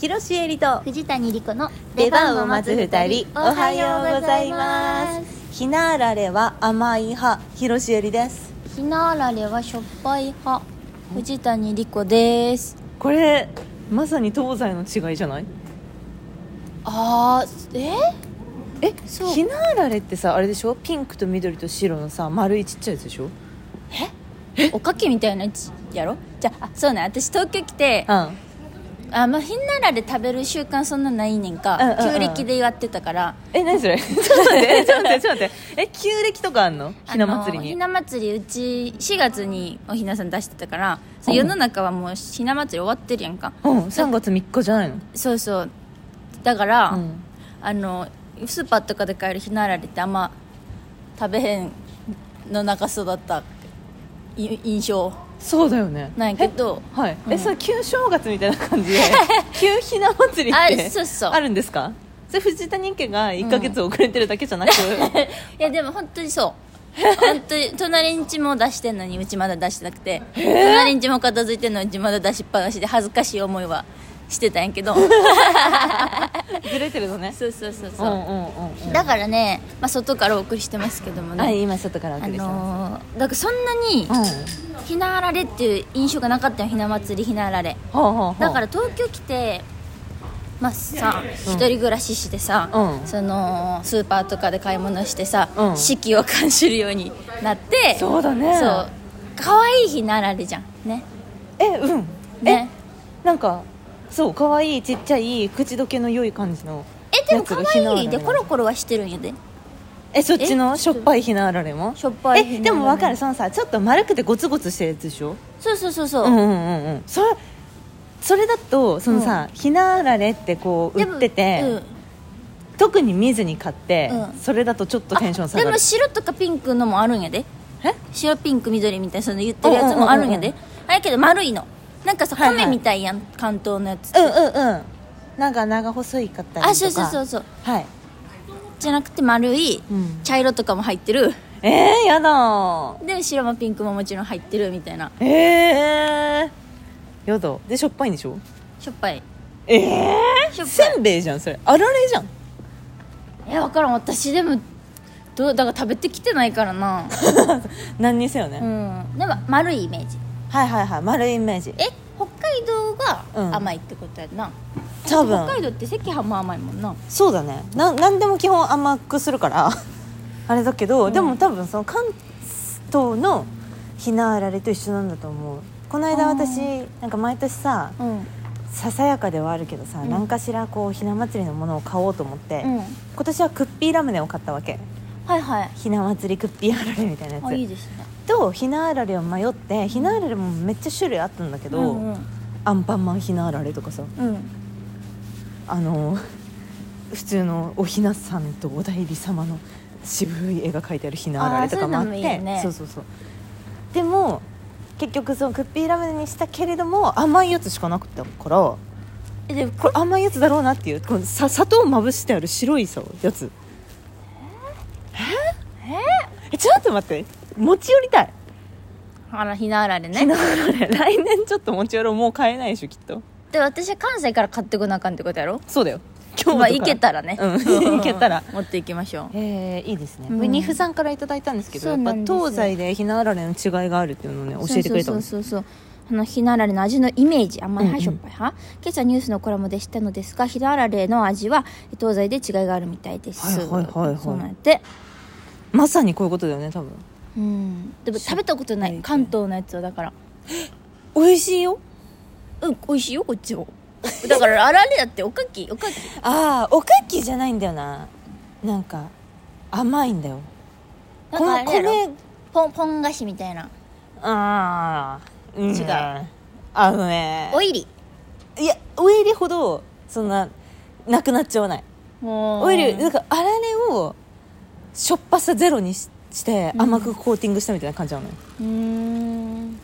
広瀬えりと藤谷莉子の出番を待つ二人おはようございますひなあられは甘い派広瀬えりですひなあられはしょっぱい派藤谷莉子ですこれまさに東西の違いじゃないあーええそうひなあられってさあれでしょピンクと緑と白のさ丸いちっちゃいやつでしょおかきみたいなやつやろじゃああそうね私東京来てうんああまあひなあられ食べる習慣そんなないねんうか、んうんうん旧暦でやってたからえ何それ ちょっと待ってちょっと待ってちょっと待ってえ旧暦とかあんのひな祭りあのひにな祭りうち4月におひなさん出してたから、そう世の中はもうひな祭り終わってるやんかうん3月3日じゃないのそうそうだから、うんあのスーパーとかで買えるひなあられってあんま食べへんの中育ったい印象そうだよねなんやけどえはいえ、うんその旧正月みたいな感 じで旧ひな祭りってあそうそうあるんですかそれ藤谷家が1か月遅れてるだけじ ゃなく、いやでも本当にそう本当に隣んちも出してんのにうちまだ出してなくて隣んちも片付いてんのにうちまだ出しっぱなしで恥ずかしい思いはしてたんやけどずれてるのねそうそうそううそんう、うんうんうんだからね、まあ、外からお送りしてますけどもね、はい今外からおあ送りしてまのーだからそんなにす、うんひなあられっていう印象がなかったよひな祭りひなあられほうほうほうだから東京来てまあさ一人暮らししてさ、うんそのスーパーとかで買い物してさ、うん四季を感じるようになってそうだねそう可愛いひなあられじゃんねえうんねえなんかそう可愛いちっちゃい口どけの良い感じのえでも可愛やいつがひなあられでなのコロコロはしてるんやでえそっちのえしょっぱいひなあられもしょっぱいひなあらえれでも分かるそのさちょっと丸くてゴツゴツしてるやつでしょそうそうそうそう、うんうんうんうんそれそれだとそのさ、ひなあられってこうでも売ってて、うん特に見ずに買って、うんそれだとちょっとテンション下でがるも白とかピンクのもあるんやでえ白ピンク緑みたいなその言ってるやつもあるんやうんでうあれけど丸いのなんかさはいはい米みたいやん関東のやつうんうんうんなんか長細いかったりとかあそうそうそうそうはい、じゃなくて丸いうん、茶色とかも入ってるえー、やだで白もピンクももちろん入ってるみたいなええー、やだでしょっぱいんでしょしょっぱいええー、しょっぱいせんべいじゃんそれあられじゃん え分からん私でもどうだから食べてきてないか らな何にせよね、うんでも丸いイメージはいはいはい丸いイメージえ北海道がうん甘いってことやんな、多分北海道って赤飯も甘いもんなそうだねな何でも基本甘くするから あれだけど、うんでも多分その関東のひなあられと一緒なんだと思うこの間あー私なんか毎年さうんささやかではあるけどさ、うん何かしらこうひな祭りのものを買おうと思って、うん今年はクッピーラムネを買ったわけはいはいひな祭りクッピーあられみたいなやつあいいですねとひなあられを迷ってひなあられもめっちゃ種類あったんだけど、うんうんアンパンマンひなあられとかさうんあの普通のおひなさんとお代理様の渋い絵が描いてあるひなあられとかもあってあーそういうのもいいよねそうそうそうでも結局そのクッピーラムネにしたけれども甘いやつしかなかったからえでもこれ甘いやつだろうなっていうこのさ砂糖をまぶしてある白いさやつええちょっと待って持ち寄りたい あらひなあられねひなあられ来年ちょっと持ち寄ろうもう買えないでしょきっとで私は関西から買ってこなあかんってことやろそうだよ今まあ行けたらね うん行けたら持っていきましょうえー、いいですね、うんこれニフさんからいただいたんですけどそうなんですやよっぱ東西でひなあられの違いがあるっていうのをね教えてくれたそんうですそうそうそうあのひなあられの味のイメージ甘いうんうん派しょっぱい派、今朝ニュースのコラムでしたのですがひなあられの味は東西で違いがあるみたいですはいはいはいはいそうなんでまさにこういうことだよね多分うんでも食べたことなしょっぱいいね関東のやつはだから美味しいようん美味しいよこっちも だからあられだっておかきおかきああおかきじゃないんだよななんか甘いんだよなんかあれやろこの米ポンポン菓子みたいなああ、うん違うあのねおいりいやお入りほどそんななくなっちゃわないもうオイルなんかあられをしょっぱさゼロにししてうん甘くコーティングしたみたいな感じなのよ、うーん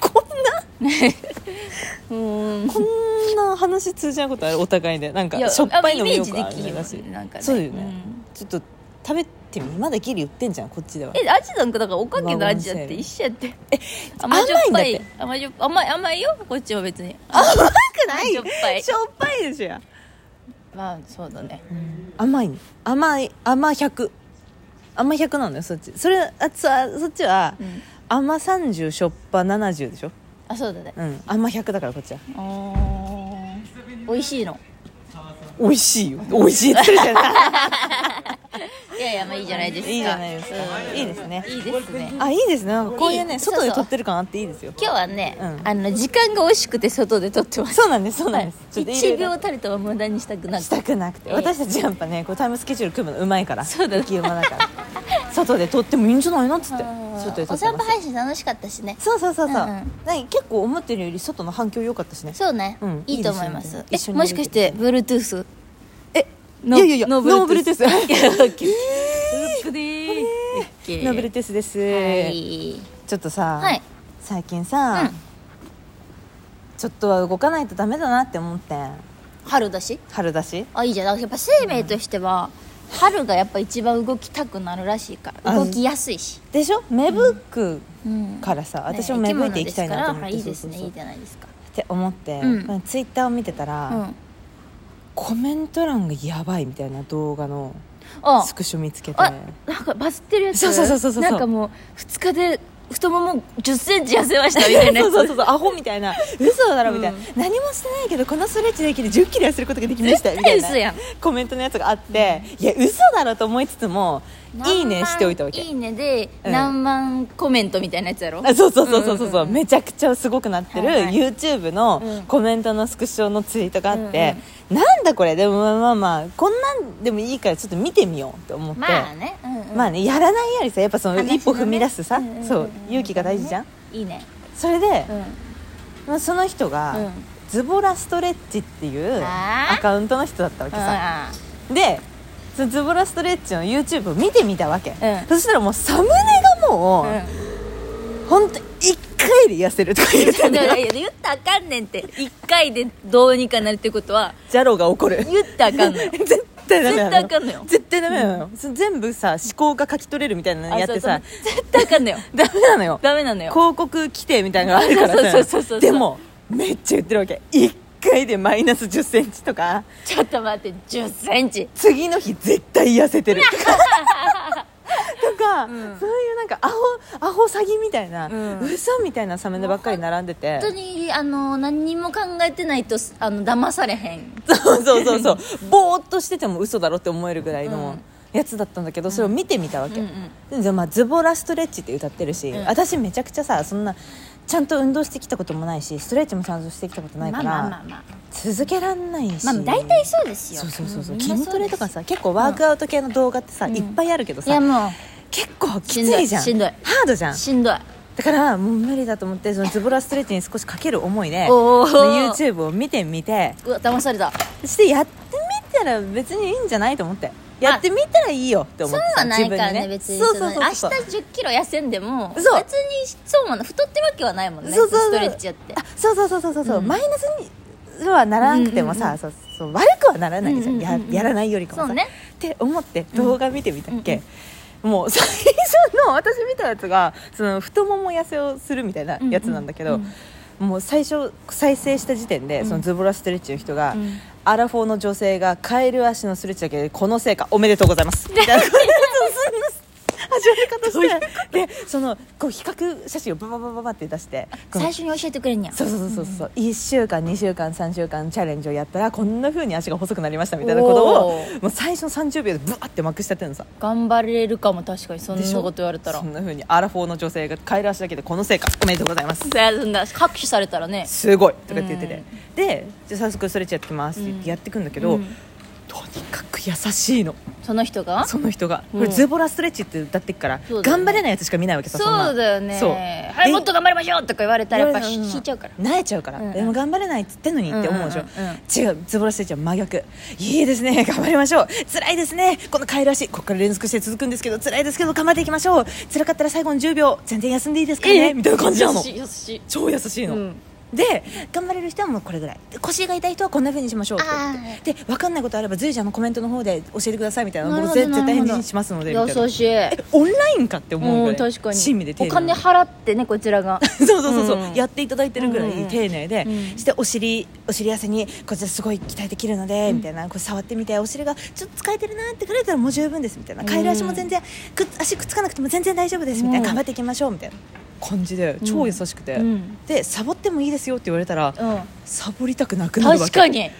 こんな うーんこんな話通じないことあるお互いでなんかいやしょっぱいのもあイメーよジくであきひんるもらんしいなんかねそうだよね、うんちょっと食べてみまだギリ売ってんじゃんこっちではえ味なんかだからおかきの味だって一緒やって甘じょっぱ甘いんい甘じょっぱい甘い甘いよこっちは別に甘くくないしょっぱいしょっぱいですよ、まあそうだね甘い甘い甘100甘100なんだよそっちそれあそそっちは、うん甘30しょっぱ70でしょあそうだねうん甘100だからこっちはおー美味しいの美味しいよ美味しいって言ってるじゃ ないいやいやまあいいじゃないですかいいじゃないですかうんいいですねいいですねあいいですねなんかこういうねいい外そうでそ撮うってる感あっていいですよ今日はね、うんあの時間が惜しくて外で撮ってますそうなんですそうなんです、ちょっと1いろ秒いろたりとも無駄にしたくなくしたくなくて、ええ私たちやっぱねこうタイムスケジュール組むのうまいからそうだね浮世間だから 外で撮ってもいいんじゃないのっつってうん外で撮っおて散ま歩す配信楽しかったしねそうそうそうそう、うんうなんんか結構思ってるより外の反響良かったしねそうね、うんいいと思いますいいえですよねもしかして Bluetooth えノいやいやいやノノーブルーブルテスノい やオッケー オッケーーブルテスです、はいちょっとさ、はい最近さ、うんちょっとは動かないとダメだなって思って春だし春だしあいいじゃんやっぱ生命としては、春がやっぱ一番動きたくなるらしいからあ動きやすいし、でしょ芽吹くうんからさ、ね私も芽吹いていきたいなと思って、生き物ですからそうはいいですねいそういそうじゃないですかって思って、うんツイッターを見てたら、うんコメント欄がやばいみたいな動画のあスクショ見つけてあなんかバズってるやつそうそうそうそうそうなんかもう2日で太もも1 0ンチ痩せましたみたいなや そつうそうそうそうアホみたいな嘘だろみたいな、うん何もしてないけどこのストレッチだけで1 0キロ痩せることができましたみたい 嘘やなんコメントのやつがあって、いや嘘だろと思いつつも「いいね」しておいたわけいいねでうん何万コメントみたいなやつやろあそうそうそうそうそう,、んんんめちゃくちゃすごくなってる、はいはい YouTube うんのコメントのスクショのツイートがあって、なんだこれでもまあまあまあこんなんでもいいからちょっと見てみようって思って、まあねうんうんまあねやらないよりさやっぱその話のね一歩踏み出すさ、うんうんうんそう勇気が大事じゃんいいねそれでう、んまあ、その人が、うんズボラストレッチっていうあーアカウントの人だったわけさ、あでそのズボラストレッチの YouTube を見てみたわけ、んそしたらもうサムネがもう、本当一回で痩せるとか言ってた だかのらよいや言ったらあかんねんって1回でどうにかなるってことは ジャロが怒る言ったらあかんのよ 絶対ダメなの絶対あかんのよ絶対ダメなのよ、その全部さ思考が書き取れるみたいなのやってさあそうそう絶対あかんのよ ダメなのよダメなのよ 広告規定みたいなのがあるからさそうそうそうそうそうでもめっちゃ言ってるわけ1回でマイナス1 0ンチとかちょっと待って1 0ンチ次の日絶対痩せてると かそういうなんかアホアホ詐欺みたいな、うん嘘みたいなサムネばっかり並んでて本当にあの何にも考えてないとあの騙されへんそうそうそうそうぼーっとしてても嘘だろって思えるぐらいのうんやつだったんだけどそれを見てみたわけ、うんでまあ、ズボラストレッチって歌ってるし、うん私めちゃくちゃさそんなちゃんと運動してきたこともないしストレッチもちゃんとしてきたことないから、まあまあまあ続けらんないし、まあ、まあ、大体そうですよそうそうそうそんうみんな筋トレとかそうさ結構ワークアウト系の動画ってさ、いっぱいあるけどですいやさも結構きついじゃんしんどいしんどいハードじゃんうしんどいだからもう無理だと思ってそのズボラストレッチに少しかける思いでおーその YouTube を見てみてうわ騙されたしてやってみたら別にいいんじゃないと思ってやってみたらいいよって思そっうてはさないから自分ね別にそうそそのう明そう日そう1 0キロ痩せんでも別そうにそうもな太ってるわけはないもんねそうそうそうストレッチやってあそうそうそうそうそうそう、うんマイナスにはならなくてもさ、そうそう悪くはならないじゃん,、うんうんうんうんややらないよりかもそさ、うねって思って動画見てみたっけ、うんもう最初の私見たやつがその太もも痩せをするみたいなやつなんだけど、うんうんもう最初再生した時点で、うんそのズボラストレッチの人が、うんアラフォーの女性がカエル足のストレッチだけでこの成果おめでとうございますみたいなそうそうそう始まり方してでそのこう比較写真をババババババって出してこの最初に教えてくれんやんそうそうそうそうそう、1週間2週間3週間チャレンジをやったらこんなふうに足が細くなりましたみたいなことをおーもう最初の30秒でブワッてまくしちゃってるのさ頑張れるかも確かにそんなこと言われたらそんなふうにアラフォーの女性が帰る足だけでこの成果おめでとうございますいやそんな拍手されたらねすごいとかって言ってて、うんでじゃあ早速ストレッチやってますって言ってやってくんだけど、うんとにかく優しいのその人がその人が、うんこれズボラストレッチって歌ってっから、そうだよ頑ね張れないやつしか見ないわけさんなそうだよねそうはいでもっと頑張りましょうとか言われたらやっぱいやいやいや引いちゃうから慣れちゃうから、うんうんでも頑張れないっつってんのにって思うでしょ、うんうんうんうん違うズボラストレッチは真逆いいですね頑張りましょう辛いですねこの帰る足ここから連続して続くんですけど辛いですけど頑張っていきましょう辛かったら最後の10秒全然休んでいいですからねみたいな感じなのよしよし超優しいの、うんで頑張れる人はもうこれぐらいで腰が痛い人はこんなふうにしましょうって言ってで分かんないことあれば随時あのコメントの方で教えてくださいみたいななる僕ほど絶対なるほ返ど事にしますのでみたいな優しいえオンラインかって思うぐうらんい確かに親身で丁お寧金払ってねこちらが そうそうそうそう、うんやっていただいてるぐらうんういん丁寧で、うんしてお尻お尻痩せにこちらすごい鍛えてきるので、うんみたいなこれ触ってみてお尻がちょっと疲れてるなってくれたらもう十分ですみたいな帰る足も全然くっ足くっつかなくても全然大丈夫ですみたいな、うん頑張っていきましょうみたいな感じで超優しくて、うんでサボってもいいですよって言われたら、うサボりたくなくんなるわ確けかに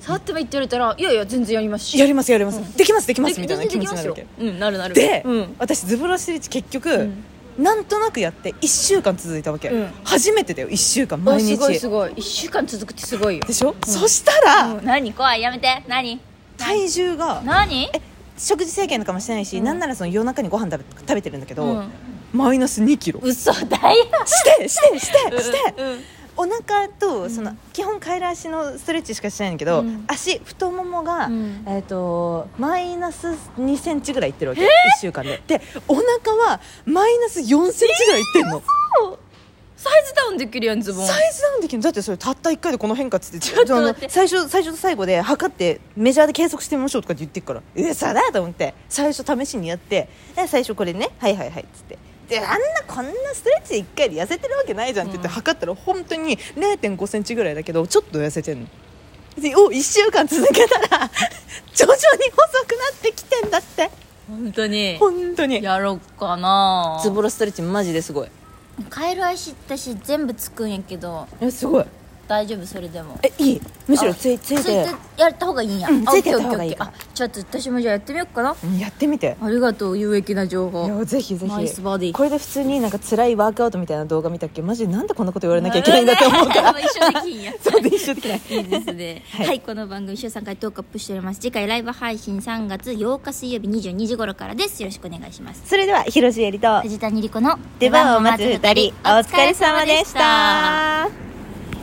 触ってもいいって言われたらいやいや全然やりますしやりますやります、できますできますでみたいな気持ちになるわけできますようんなるなるで、うん私ズボラスリッチ結局、うんなんとなくやって1週間続いたわけ、うん初めてだよ1週間お毎日すごいすごい一週間続くってすごいよでしょ、そしたら、うん何怖いやめて何体重が何え食事制限とかもしてないし、うんなんならその夜中にご飯食べ食べてるんだけど、うんマイナス2キロ嘘だよしてしてしてして、うんお腹とその、基本帰る足のストレッチしかしてないんだけど、うん足太ももが、うんえっ、とマイナス2センチぐらいいってるわけ、1週間ででお腹はマイナス4センチぐらいいってんの、サイズダウンできるやんズボンサイズダウンできるのだってそれたった1回でこの変化っつってちょっと待ってあの最初最初と最後で測ってメジャーで計測してみましょうとかって言ってっからえさだと思って最初試しにやってえ最初これねはいはいはいっつってであんなこんなストレッチで1回で痩せてるわけないじゃんって言ってうん測ったら本当に0 5センチぐらいだけどちょっと痩せてんのでお1週間続けたら 徐々に細くなってきてんだって本当に本当にやろうかなズボラストレッチマジですごいカエル足私全部つくんやけどえすごい大丈夫それでもえいいむしろあついついてやった方がいいんや、うんあついてオやッケーった方がいいオッケーかオッケーあちょっと私もじゃあやってみようかなうんやってみてありがとう有益な情い報やぜひぜひナイスボディこれで普通になんか辛いワークアウトみたいな動画見たっけマジでなんでこんなこと言われなきゃいけないんだと思う から一緒できんやそうで一緒できないいいですねははいい、この番組週3回トークアップしております次回ライブ配信3月8日水曜日22時頃からですよろしくお願いしますそれでは広瀬えりと藤谷莉子の出番を待つ二人お疲れ様でした